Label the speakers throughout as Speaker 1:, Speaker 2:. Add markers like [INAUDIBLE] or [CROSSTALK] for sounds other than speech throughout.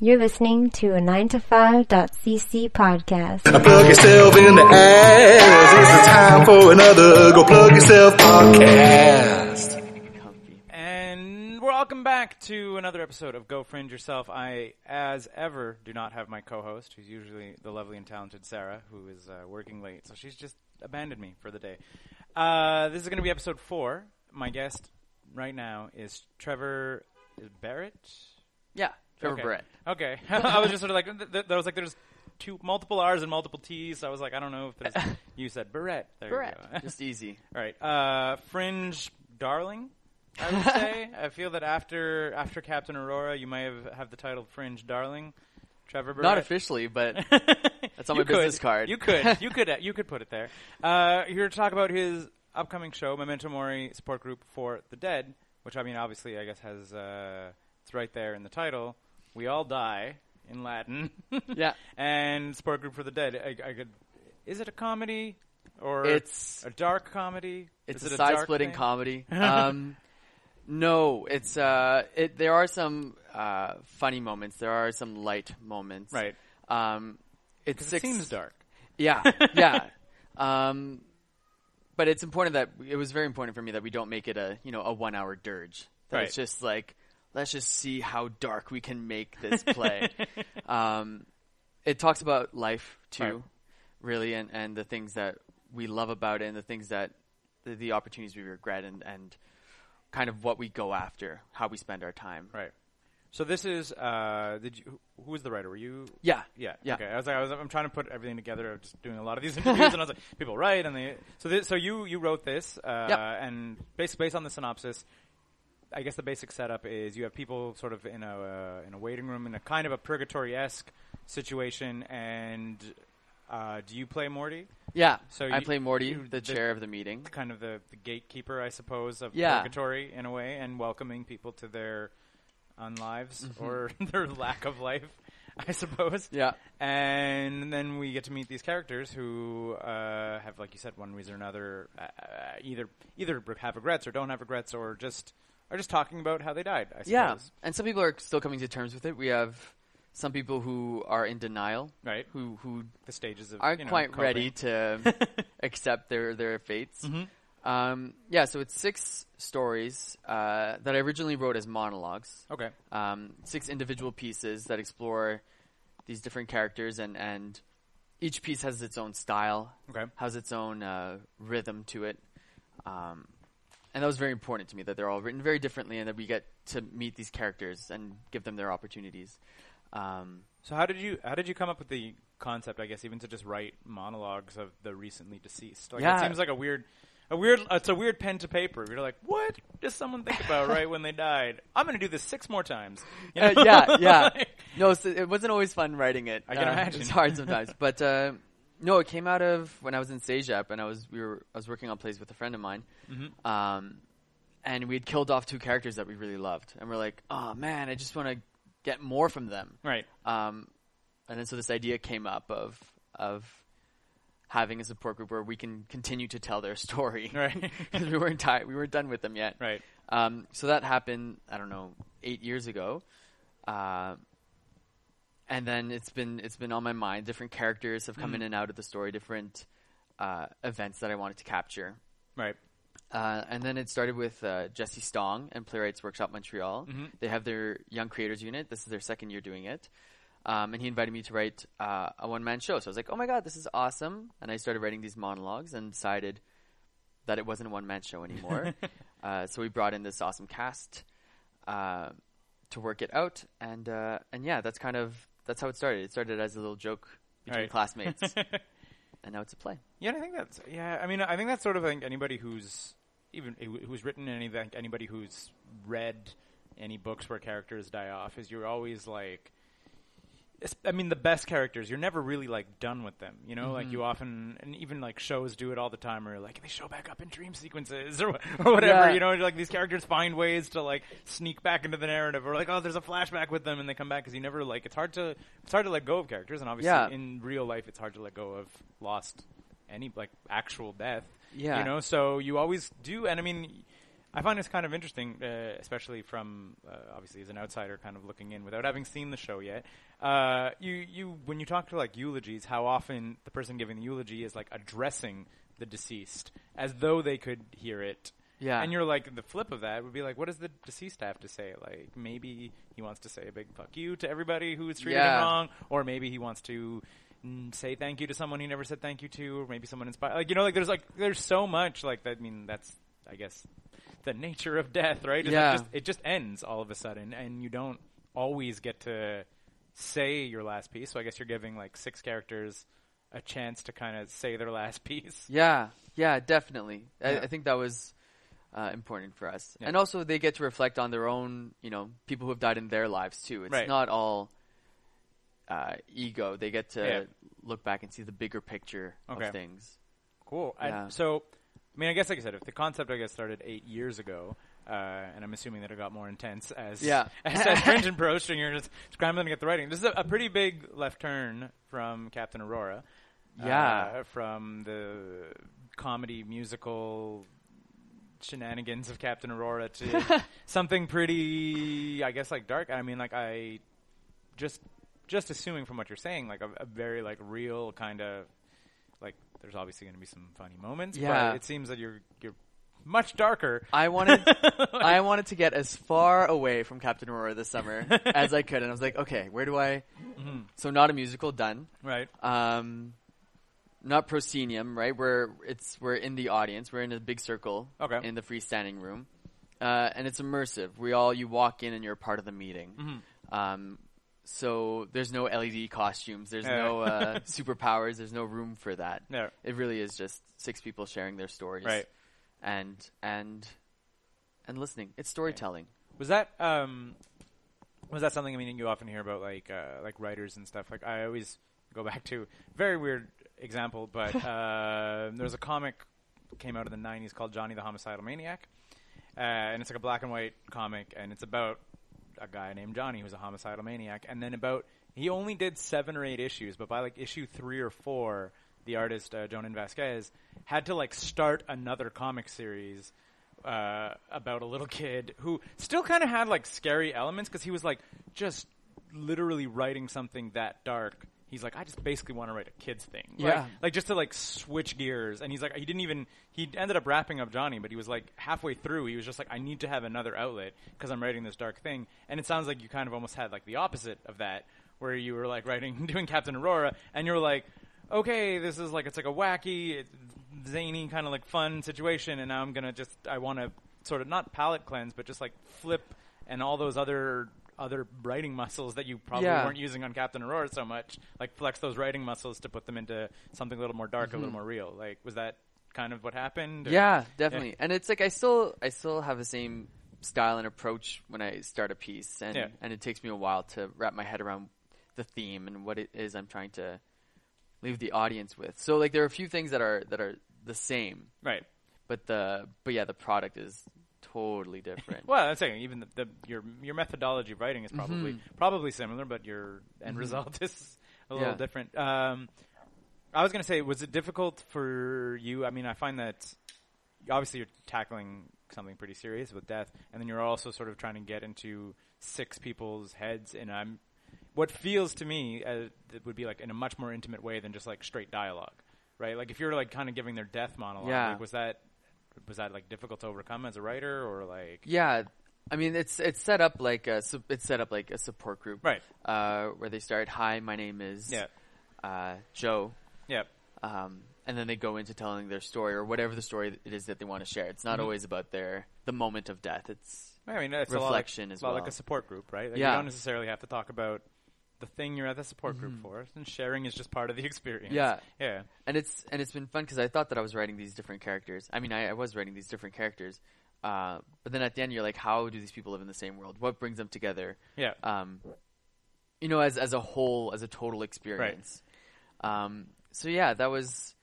Speaker 1: You're listening to a 9to5.cc podcast. [COUGHS]
Speaker 2: Plug yourself in the ass. It's the time for another Go Plug Yourself podcast.
Speaker 3: And welcome back to another episode of Go Fringe Yourself. I, as ever, do not have my co-host, who's usually the lovely and talented Sarah, who is uh, working late, so she's just abandoned me for the day. Uh, this is going to be episode four. My guest right now is Trevor Barrett.
Speaker 4: Yeah, Trevor
Speaker 3: okay.
Speaker 4: Brett.
Speaker 3: Okay, [LAUGHS] I was just sort of like, th- th- there was like, there's two multiple R's and multiple T's. So I was like, I don't know if there's. you said Barrett. There You go.
Speaker 4: Brett. Just [LAUGHS] easy.
Speaker 3: All right. Uh, Fringe darling, I would say. I feel that after after Captain Aurora, you may have, have the title Fringe darling. Trevor Barrett.
Speaker 4: Not
Speaker 3: [LAUGHS]
Speaker 4: officially, but That's on
Speaker 3: You
Speaker 4: my business
Speaker 3: could.
Speaker 4: card.
Speaker 3: You
Speaker 4: [LAUGHS]
Speaker 3: could. You could. uh, You could put it there. Uh, here to talk about his upcoming show, Memento Mori Support Group for the Dead, which I mean, obviously, I guess has uh, it's right there in the title. We all die in Latin. [LAUGHS]
Speaker 4: Yeah.
Speaker 3: And Support Group for the Dead. I, I could. Is it a comedy? Or
Speaker 4: It's-
Speaker 3: a dark comedy.
Speaker 4: it's
Speaker 3: Is
Speaker 4: a
Speaker 3: it dark
Speaker 4: side-splitting
Speaker 3: thing? [LAUGHS]
Speaker 4: comedy. Um, no, it's uh, it, there are some uh, funny moments. There are some light moments.
Speaker 3: Right.
Speaker 4: Um, it's
Speaker 3: It
Speaker 4: six.
Speaker 3: seems dark. [LAUGHS]
Speaker 4: Yeah, yeah. um, but it's important that it was very important for me that we don't make it a you know a one hour dirge. That It's
Speaker 3: Right.
Speaker 4: just like let's just see how dark we can make
Speaker 3: [LAUGHS]
Speaker 4: this play. um, it talks about life too,
Speaker 3: Right.
Speaker 4: really, and and the things that we love about it, and the things that the, the opportunities we regret, and and kind of what we go after, how we spend our time.
Speaker 3: Right. So this is uh, did you, who- who was the writer? Were you?
Speaker 4: Yeah.
Speaker 3: Yeah.
Speaker 4: Yeah.
Speaker 3: Okay. I was like, I was, I'm trying to put everything together. I'm just doing a lot of these [LAUGHS] interviews, and I was like, people write, and they. So this, so you you wrote this, uh,
Speaker 4: Yep.
Speaker 3: and based based on the synopsis, I guess the basic setup is you have people sort of in a uh, in a waiting room in a kind of a purgatory esque situation, and uh, do you play Morty?
Speaker 4: Yeah.
Speaker 3: So
Speaker 4: So I
Speaker 3: you-
Speaker 4: play Morty,
Speaker 3: you- the-
Speaker 4: the chair of the meeting.
Speaker 3: kind of the, the gatekeeper, I suppose, of
Speaker 4: Yeah.
Speaker 3: purgatory in a way, and welcoming people to their unlives or [LAUGHS] their lack of life, I suppose.
Speaker 4: Mm-hmm. Yeah.
Speaker 3: And then we get to meet these characters who uh, have, like you said, one reason or another, uh, either either re- have regrets or don't have regrets, or just are just talking about how they died. I suppose.
Speaker 4: Yeah, and some people are still coming to terms with it. We have some people who are in denial,
Speaker 3: Right.
Speaker 4: Who who
Speaker 3: The stages of
Speaker 4: aren't
Speaker 3: you know,
Speaker 4: quite
Speaker 3: coping.
Speaker 4: ready to
Speaker 3: [LAUGHS]
Speaker 4: accept their their fates.
Speaker 3: Mm-hmm.
Speaker 4: Um, yeah, so it's six stories uh, that I originally wrote as monologues.
Speaker 3: Okay.
Speaker 4: Um, six individual pieces that explore these different characters, and and each piece has its own style.
Speaker 3: Okay.
Speaker 4: Has its own uh, rhythm to it. Um, and that was very important to me that they're all written very differently and that we get to meet these characters and give them their opportunities. Um,
Speaker 3: So how did you how did you come up with the concept? I guess even to just write monologues of the recently deceased. Like,
Speaker 4: Yeah.
Speaker 3: it seems like a weird, a weird. It's a weird pen to paper. You're like, what does someone think about right when they died? I'm going to do this six more times. [LAUGHS] You
Speaker 4: uh,
Speaker 3: know?
Speaker 4: yeah, yeah.
Speaker 3: Like-
Speaker 4: No, so it wasn't always fun writing it.
Speaker 3: I can
Speaker 4: Uh,
Speaker 3: imagine.
Speaker 4: It's hard sometimes,
Speaker 3: [LAUGHS]
Speaker 4: but uh, no, it came out of when I was in Sejap and I was we were I was working on plays with a friend of mine,
Speaker 3: Mm-hmm.
Speaker 4: um, and we had killed off two characters that we really loved, and we're like, oh man, I just want to get more from them,
Speaker 3: right.
Speaker 4: Um, and then so this idea came up of of having a support group where we can continue to tell their [LAUGHS] story.
Speaker 3: Right.
Speaker 4: 'Cause we weren't ti we weren't done with them yet.
Speaker 3: Right.
Speaker 4: Um, so that happened. I don't know, eight years ago. Uh, and then it's been it's been on my mind. Different characters have come
Speaker 3: Mm.
Speaker 4: in and out of the story. Different uh, events that I wanted to capture.
Speaker 3: Right.
Speaker 4: Uh, and then it started with uh, Jesse Stong and Playwrights Workshop Montreal. They have their Young Creators Unit. This is their second year doing it. Um, and he invited me to write uh, a one man show. So I was like, oh my God, this is awesome. And I started writing these monologues and decided that it wasn't a one man show anymore. uh, so we brought in this awesome cast uh, to work it out. And, uh, and yeah, that's kind of that's how it started. It started as a little joke between
Speaker 3: Right.
Speaker 4: classmates. and now it's a play.
Speaker 3: Yeah, I think that's yeah. I mean, I think that's sort of like anybody who's even who- who's written any like anybody who's read any books where characters die off is you're always like. es- I mean, the best characters, you're never really like done with them, you know. Like you often, and even like shows do it all the time, where like they show back up in dream sequences or, wha- or whatever,
Speaker 4: Yeah.
Speaker 3: you know. Like these characters find ways to like sneak back into the narrative, or like oh, there's a flashback with them, and they come back because you never like it's hard to it's hard to let go of characters, and obviously
Speaker 4: Yeah.
Speaker 3: in in real life it's hard to let go of lost any like actual death
Speaker 4: Yeah.
Speaker 3: you know so you always do and i mean I find this kind of interesting, uh, especially from uh, obviously as an outsider, kind of looking in without having seen the show yet. Uh, you you when you talk to like eulogies, how often the person giving the eulogy is like addressing the deceased as though they could hear it.
Speaker 4: Yeah.
Speaker 3: and you're like the flip of that would be like, what does the deceased have to say? Like maybe he wants to say a big fuck you to everybody who's treated
Speaker 4: Yeah.
Speaker 3: him wrong, or maybe he wants to. mm, Say thank you to someone he never said thank you to, or maybe someone inspired. Like you know, like there's like there's so much like that. I mean, that's I guess the nature of death, right? It's like
Speaker 4: Yeah.
Speaker 3: just, it just ends all of a sudden, and you don't always get to say your last piece. So I guess you're giving like six characters a chance to kind of say their last [LAUGHS] piece.
Speaker 4: Yeah, yeah, definitely. I,
Speaker 3: Yeah.
Speaker 4: I think that was uh, important for us,
Speaker 3: Yeah.
Speaker 4: and also they get to reflect on their own, you know, people who have died in their lives too. It's
Speaker 3: Right.
Speaker 4: not all uh, ego. They get to
Speaker 3: Yeah.
Speaker 4: look back and see the bigger picture
Speaker 3: Okay.
Speaker 4: of things.
Speaker 3: Cool.
Speaker 4: Yeah.
Speaker 3: And so, I mean, I guess like I said, if the concept I guess started eight years ago, uh, and I'm assuming that it got more intense as
Speaker 4: Yeah.
Speaker 3: [LAUGHS] as, as Fringe and Pro Stringer just scrambling to get the writing. This is a, a pretty big left turn from Captain Aurora.
Speaker 4: Yeah.
Speaker 3: uh, from the comedy musical shenanigans of Captain Aurora
Speaker 4: [LAUGHS]
Speaker 3: to something pretty, I guess, like dark. I mean, like I just just assuming from what you're saying, like a, a very like real kind of like there's obviously going to be some funny moments,
Speaker 4: Yeah.
Speaker 3: but it seems that you're you're much darker. [LAUGHS]
Speaker 4: I wanted, I wanted to get as far away from Captain Aurora this
Speaker 3: [LAUGHS]
Speaker 4: summer as I could, and I was like, okay, where do I?
Speaker 3: Mm-hmm.
Speaker 4: So not a musical, done.
Speaker 3: right.
Speaker 4: Um, not proscenium, right? We're it's we're in the audience. We're in a big circle
Speaker 3: Okay.
Speaker 4: in the freestanding room, uh, and it's immersive. We all you walk in and you're a part of the meeting.
Speaker 3: Mm-hmm.
Speaker 4: Um, so there's no LED costumes. There's
Speaker 3: Yeah.
Speaker 4: no
Speaker 3: [LAUGHS]
Speaker 4: uh, superpowers. There's no room for that.
Speaker 3: Yeah.
Speaker 4: It really is just six people sharing their stories,
Speaker 3: Right.
Speaker 4: And and and listening. It's storytelling.
Speaker 3: Was that um was that something I mean you often hear about like uh like writers and stuff like I always go back to very weird example
Speaker 4: [LAUGHS]
Speaker 3: but uh there was a comic came out of the 90s called Johnny the Homicidal Maniac uh, and it's like a black and white comic and it's about a guy named Johnny who's a homicidal maniac and then about he only did 7 or 8 issues but by like issue 3 or 4 the artist uh, Jonan Vasquez had to like start another comic series uh, about a little kid who still kind of had like scary elements because he was like just literally writing something that dark. He's like, I just basically want to write a kid's thing, Like-
Speaker 4: Yeah.
Speaker 3: [LAUGHS] Like just to like switch gears, and he's like, he didn't even. He ended up wrapping up Johnny, but he was like halfway through, he was just like, I need to have another outlet because I'm writing this dark thing. And it sounds like you kind of almost had like the opposite of that, where you were like writing, [LAUGHS] doing Captain Aurora, and you were like, okay, this is like it's like a wacky, it- zany kind of like fun situation, and now I'm gonna just I want to sort of not palate cleanse, but just like flip and all those other other writing muscles that you probably
Speaker 4: Yeah.
Speaker 3: weren't using on Captain Aurora so much, like flex those writing muscles to put them into something a little more dark, a little more real. Like, was that kind of what happened? or-
Speaker 4: Yeah, definitely. And it's like I still I still have the same style and approach when I start a piece and
Speaker 3: Yeah.
Speaker 4: and it takes me a while to wrap my head around the theme and what it is I'm trying to leave the audience with. So like there are a few things that are that are the same,
Speaker 3: Right.
Speaker 4: but the but yeah, the product is totally different.
Speaker 3: Well, that's saying even the, the your your methodology of writing is probably probably similar, but your end result [LAUGHS] is a little
Speaker 4: Mm-hmm. Yeah.
Speaker 3: different. Um, I was going to say, was it difficult for you? I mean, I find that obviously you're tackling something pretty serious with death, and then you're also sort of trying to get into six people's heads, and I'm what feels to me uh, it would be like in a much more intimate way than just like straight dialogue, right? Like if you're like kind of giving their death monologue,
Speaker 4: Yeah.
Speaker 3: like, was that was that like difficult to overcome as a writer, or like
Speaker 4: Yeah, I mean it's it's set up like a sup- it's set up like a support group,
Speaker 3: Right.
Speaker 4: Uh, where they start, "Hi, my name is
Speaker 3: Yeah.
Speaker 4: uh, Joe."
Speaker 3: yeah.
Speaker 4: um, and then they go into telling their story or whatever the story it is that they want to share. It's not always about their the moment of death. It's
Speaker 3: I mean, it's
Speaker 4: Reflection
Speaker 3: a lot like,
Speaker 4: as
Speaker 3: a lot like
Speaker 4: well.
Speaker 3: a support group, right? Like
Speaker 4: Yeah.
Speaker 3: You don't necessarily have to talk about the thing you're at the support group for, and sharing is just part of the [LAUGHS] experience.
Speaker 4: Mm-hmm. Yeah.
Speaker 3: yeah,
Speaker 4: and it's and it's been fun because I thought that I was writing these different characters. I mean, I, I was writing these different characters, uh, but then at the end, you're like, how do these people live in the same world? What brings them together?
Speaker 3: yeah.
Speaker 4: um, you know, as as a whole, as a total experience. Um, so yeah, that was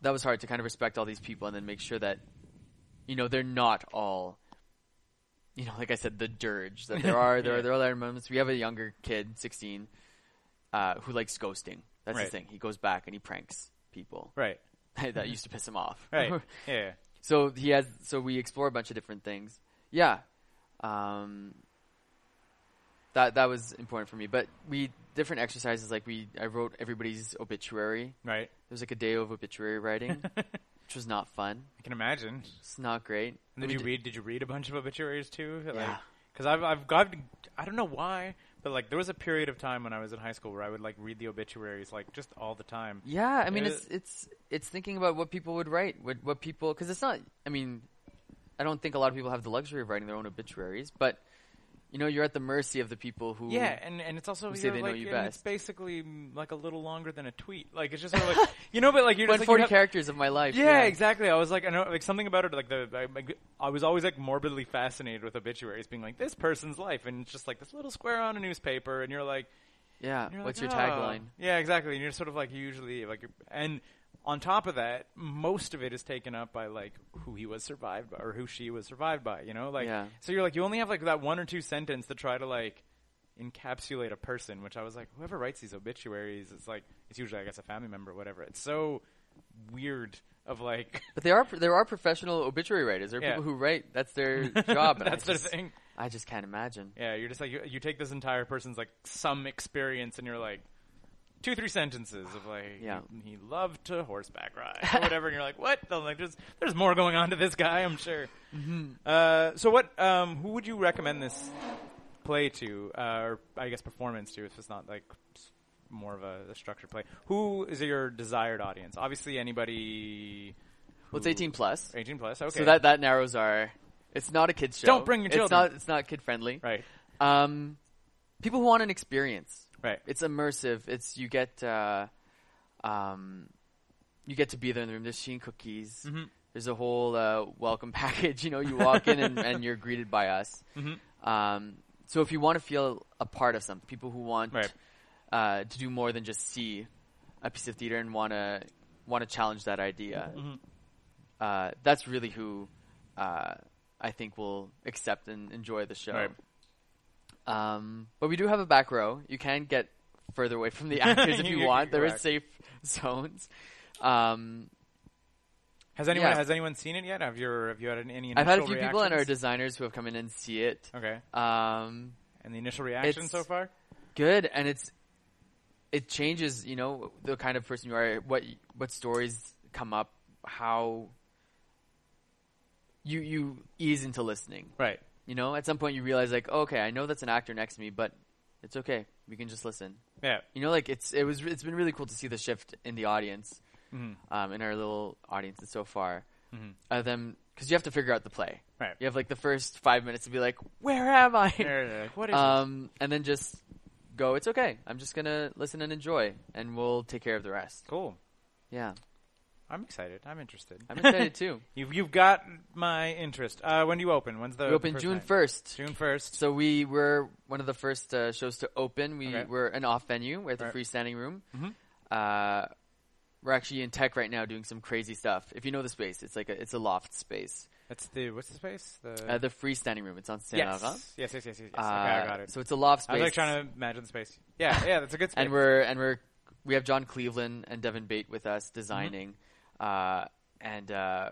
Speaker 4: that was hard to kind of respect all these people and then make sure that you know they're not all you know, like I said, the dirge
Speaker 3: [LAUGHS]
Speaker 4: that there are there
Speaker 3: Yeah.
Speaker 4: are there are moments. We have a younger kid, sixteen, uh, who likes ghosting. That's
Speaker 3: Right.
Speaker 4: his thing. He goes back and he pranks people. [LAUGHS]
Speaker 3: right,
Speaker 4: that used to piss him off.
Speaker 3: right, yeah.
Speaker 4: [LAUGHS] So he has. So we explore a bunch of different things. Yeah, um, that that was important for me. But we different exercises. Like we, I wrote everybody's obituary.
Speaker 3: Right.
Speaker 4: There was like a day of
Speaker 3: [LAUGHS]
Speaker 4: obituary writing, which was not fun.
Speaker 3: I can imagine.
Speaker 4: It's not great.
Speaker 3: And did
Speaker 4: We
Speaker 3: you
Speaker 4: did-
Speaker 3: read? Did you read a bunch of obituaries too?
Speaker 4: Yeah.
Speaker 3: Because I've I've got I don't know why, but like there was a period of time when I was in high school where I would like read the obituaries like just all the time.
Speaker 4: Yeah, I mean,
Speaker 3: Uh,
Speaker 4: it's it's it's thinking about what people would write, what what people, because it's not. I mean, I don't think a lot of people have the luxury of writing their own obituaries, but you know, you're at the mercy of the people who.
Speaker 3: Yeah, and, and it's also
Speaker 4: who say
Speaker 3: you're
Speaker 4: they know
Speaker 3: like,
Speaker 4: you
Speaker 3: and It's
Speaker 4: best.
Speaker 3: basically mm, like a little longer than a tweet. Like it's just sort of
Speaker 4: [LAUGHS]
Speaker 3: like you know, but like you're just
Speaker 4: one
Speaker 3: like, you
Speaker 4: forty
Speaker 3: have-
Speaker 4: characters of my life.
Speaker 3: Yeah, exactly. I was like, I know, like something about it. Like the, I, like, I was always like morbidly fascinated with obituaries, being like this person's life, and it's just like this little square on a newspaper, and you're like,
Speaker 4: Yeah.
Speaker 3: and you're
Speaker 4: What's
Speaker 3: like,
Speaker 4: your
Speaker 3: "Oh."
Speaker 4: tagline?
Speaker 3: Yeah, exactly. And you're sort of like usually like, you're- and on top of that, most of it is taken up by like who he was survived by or who she was survived by. You know, like
Speaker 4: Yeah.
Speaker 3: so you're like you only have like that one or two sentence to try to like encapsulate a person. Which I was like, whoever writes these obituaries, it's like it's usually I guess a family member or whatever. It's so weird of like.
Speaker 4: But there are there are professional obituary writers. There are
Speaker 3: Yeah.
Speaker 4: people who write. That's their job. and
Speaker 3: [LAUGHS]
Speaker 4: I
Speaker 3: That's their
Speaker 4: just-
Speaker 3: thing.
Speaker 4: I just can't imagine.
Speaker 3: Yeah, you're just like you, you take this entire person's like some experience, and you're like two, three sentences of like
Speaker 4: Yeah.
Speaker 3: he, he loved to horseback ride or whatever, and you're like, what? I'm like, there's there's more going on to this guy, I'm sure.
Speaker 4: Mm-hmm.
Speaker 3: Uh, so what? Um, who would you recommend this play to, uh, or I guess performance to, if it's not like s- more of a, a structured play? Who is your desired audience? Obviously, anybody
Speaker 4: Well, it's eighteen plus,
Speaker 3: 18 plus. Okay,
Speaker 4: so that that narrows our. It's not a kids show.
Speaker 3: Don't bring your
Speaker 4: It's
Speaker 3: children.
Speaker 4: not. It's not kid friendly.
Speaker 3: right,
Speaker 4: Um, people who want an experience.
Speaker 3: right.
Speaker 4: It's immersive. It's you get uh, um, you get to be there in the room. There's Sheen cookies.
Speaker 3: Mm-hmm.
Speaker 4: There's a whole uh, welcome [LAUGHS] package. You know, you walk in and, and you're greeted by us.
Speaker 3: Mm-hmm.
Speaker 4: Um, so if you want to feel a part of something, people who want
Speaker 3: Right.
Speaker 4: uh, to do more than just see a piece of theater and want to want to challenge that idea,
Speaker 3: Mm-hmm.
Speaker 4: uh, that's really who uh, I think will accept and enjoy the show.
Speaker 3: Right.
Speaker 4: Um, but we do have a back row. You can get further away from the actors
Speaker 3: [LAUGHS]
Speaker 4: if
Speaker 3: You
Speaker 4: you
Speaker 3: can
Speaker 4: want.
Speaker 3: go
Speaker 4: There are
Speaker 3: back.
Speaker 4: safe [LAUGHS] zones. Um,
Speaker 3: Has anyone
Speaker 4: yeah.
Speaker 3: has anyone seen it yet? Have your have you had any? any
Speaker 4: I've had a
Speaker 3: initial
Speaker 4: few people and our
Speaker 3: reactions?
Speaker 4: designers who have come in and see it.
Speaker 3: Okay.
Speaker 4: Um,
Speaker 3: And the initial reaction
Speaker 4: It's-
Speaker 3: so far?
Speaker 4: good, and it's it changes. You know the kind of person you are, what y- what stories come up, how you you ease into listening.
Speaker 3: Right.
Speaker 4: You know, at some point you realize like, oh, okay, I know that's an actor next to me, but it's okay. We can just listen.
Speaker 3: [LAUGHS] Yeah.
Speaker 4: You know, like it's it was it's been really cool to see the shift in the audience,
Speaker 3: Mm-hmm.
Speaker 4: um, in our little audiences so far. Of them, because you have to figure out the play.
Speaker 3: Right.
Speaker 4: You have like the first five minutes to be like, where am I?
Speaker 3: They're like, what is
Speaker 4: um, and then just go. It's okay. I'm just gonna listen and enjoy, and we'll take care of the rest.
Speaker 3: this? Cool.
Speaker 4: Yeah,
Speaker 3: I'm excited. I'm interested.
Speaker 4: I'm excited too.
Speaker 3: [LAUGHS] you've you've got my interest. Uh, when do you open? When's the
Speaker 4: We open
Speaker 3: the
Speaker 4: June
Speaker 3: night?
Speaker 4: first.
Speaker 3: June first.
Speaker 4: So we were one of the first uh, shows to open. We
Speaker 3: Okay.
Speaker 4: were an off venue. We're at the
Speaker 3: Right. Mm-hmm.
Speaker 4: freestanding room. Uh, we're actually in tech right now doing some crazy stuff. If you know the space, it's like a, it's a loft space.
Speaker 3: That's the what's the space? The,
Speaker 4: Uh, the freestanding room. It's on Saint
Speaker 3: yes.
Speaker 4: Laurent.
Speaker 3: yes, yes, yes, yes, yes.
Speaker 4: Uh,
Speaker 3: okay, I got it.
Speaker 4: So it's a loft
Speaker 3: I
Speaker 4: space.
Speaker 3: was like trying to imagine space. Yeah, yeah, that's a
Speaker 4: [LAUGHS]
Speaker 3: good space.
Speaker 4: and we're and we're we have John Cleveland and Devin Bate with
Speaker 3: Mm-hmm.
Speaker 4: us designing, uh, and uh,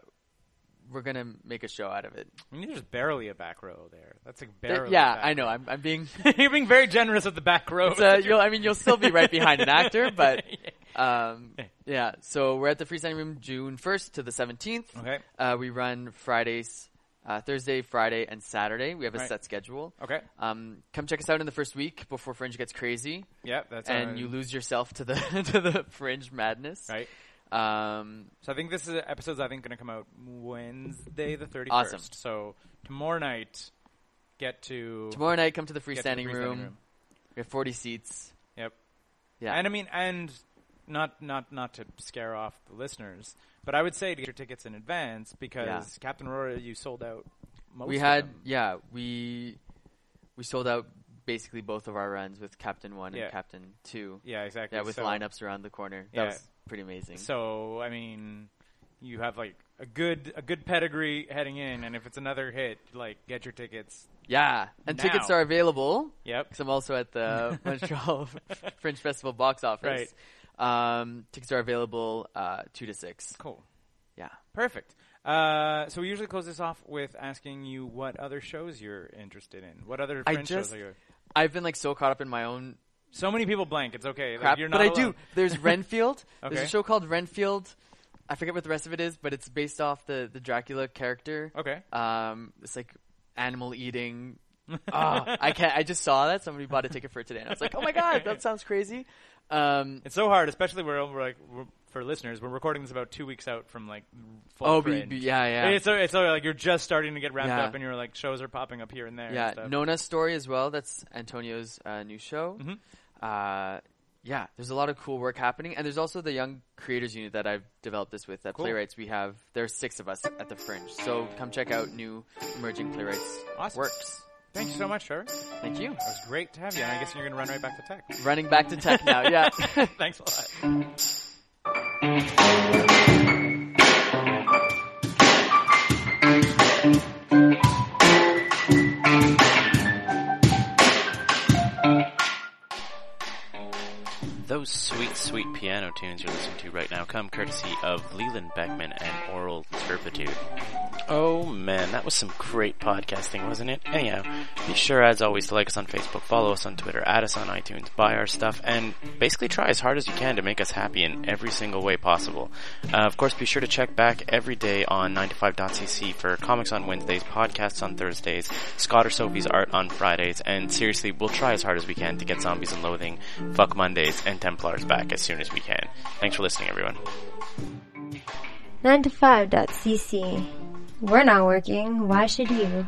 Speaker 4: we're gonna make a show out of it.
Speaker 3: I mean, you're just barely a back row there. That's like
Speaker 4: Th-
Speaker 3: barely.
Speaker 4: yeah,
Speaker 3: a back
Speaker 4: I know. I'm, I'm being.
Speaker 3: row. [LAUGHS] you're being very generous with the back row.
Speaker 4: it's, uh, you'll, I mean, you'll still be right behind an actor,
Speaker 3: [LAUGHS]
Speaker 4: but um,
Speaker 3: Eh.
Speaker 4: yeah. So we're at the Freestanding Room June first to the seventeenth.
Speaker 3: Okay.
Speaker 4: Uh, we run Fridays, uh, Thursday, Friday, and Saturday. We have a
Speaker 3: Right.
Speaker 4: set schedule.
Speaker 3: Okay.
Speaker 4: Um, come check us out in the first week before Fringe gets crazy.
Speaker 3: yeah, that's
Speaker 4: and
Speaker 3: on-
Speaker 4: you lose yourself to the [LAUGHS] to the fringe madness.
Speaker 3: right.
Speaker 4: Um,
Speaker 3: So I think this is episode's I think going to come out Wednesday the 31st.
Speaker 4: Awesome.
Speaker 3: So tomorrow night get to
Speaker 4: tomorrow night, come to the
Speaker 3: get to the
Speaker 4: freestanding room. We have 40 seats.
Speaker 3: Yep.
Speaker 4: Yeah.
Speaker 3: And I mean and not not not to scare off the listeners, but I would say to get your tickets in advance because
Speaker 4: Yeah.
Speaker 3: Captain Aurora you sold out most
Speaker 4: we
Speaker 3: of
Speaker 4: had
Speaker 3: them.
Speaker 4: yeah we we sold out basically both of our runs with Captain One
Speaker 3: Yeah.
Speaker 4: and Captain Two.
Speaker 3: Yeah, exactly.
Speaker 4: Yeah, with
Speaker 3: so,
Speaker 4: lineups around the corner. That
Speaker 3: Yeah.
Speaker 4: was pretty amazing.
Speaker 3: So, I mean, you have like a good a good pedigree heading in and if it's another hit, like get your tickets.
Speaker 4: yeah, and tickets
Speaker 3: Now.
Speaker 4: are available.
Speaker 3: Yep.
Speaker 4: Because I'm also
Speaker 3: [LAUGHS]
Speaker 4: at the Montreal Fringe Festival box office. Right. Um, tickets are available uh, two to six.
Speaker 3: Cool.
Speaker 4: Yeah.
Speaker 3: Perfect. Uh, so we usually close this off with asking you what other shows you're interested in. What other
Speaker 4: I
Speaker 3: fringe
Speaker 4: just,
Speaker 3: shows are you?
Speaker 4: I've been like so caught up in my own
Speaker 3: So many people blank. It's okay. Like,
Speaker 4: crap,
Speaker 3: you're
Speaker 4: but
Speaker 3: not
Speaker 4: I
Speaker 3: alone.
Speaker 4: do.
Speaker 3: [LAUGHS]
Speaker 4: There's Renfield. There's
Speaker 3: Okay.
Speaker 4: a show called Renfield. I forget what the rest of it is, but it's based off the the Dracula character.
Speaker 3: Okay.
Speaker 4: Um, it's like
Speaker 3: [LAUGHS]
Speaker 4: animal eating. oh, I can't. I just saw that somebody bought a ticket for it today, and I was like, "Oh my god, that sounds crazy." Um,
Speaker 3: It's so hard, especially where we're like we're, for listeners, we're recording this about two weeks out from like full
Speaker 4: oh, be,
Speaker 3: fringe.
Speaker 4: be- yeah, yeah,
Speaker 3: It's so, it's so like you're just starting to get wrapped
Speaker 4: Yeah.
Speaker 3: up, and you're like shows are popping up here and there.
Speaker 4: yeah.
Speaker 3: and stuff. Mm-hmm.
Speaker 4: Nona's story as well. That's Antonio's uh, new show. Uh, yeah, there's a lot of cool work happening, and there's also the Young Creators Unit that I've developed this with. That playwrights we have. There's six of us at the Fringe, so come check out new emerging playwrights
Speaker 3: Awesome.
Speaker 4: works.
Speaker 3: Thank you so much, Trevor. It
Speaker 4: Thank you.
Speaker 3: was great to have you, and I guess you're gonna run right back to
Speaker 4: [LAUGHS]
Speaker 3: tech.
Speaker 4: Running back to tech now.
Speaker 3: [LAUGHS]
Speaker 4: Yeah.
Speaker 3: Thanks a lot.
Speaker 5: Those sweet, sweet piano tunes you're listening to right now come courtesy of Leland Beckman and Oral Turpitude. Oh man, that was some great podcasting, wasn't it? Anyhow, be sure as always to like us on Facebook, follow us on Twitter, add us on iTunes, buy our stuff, and basically try as hard as you can to make us happy in every single way possible. Uh, of course, be sure to check back every day on 9to5.cc for comics on Wednesdays, podcasts on Thursdays, Scott or Sophie's art on Fridays, and seriously, we'll try as hard as we can to get Zombies and Loathing, Fuck Mondays, and Templars back as soon as we can. Thanks for listening, everyone.
Speaker 1: 9to5.cc. We're not working. Why should you?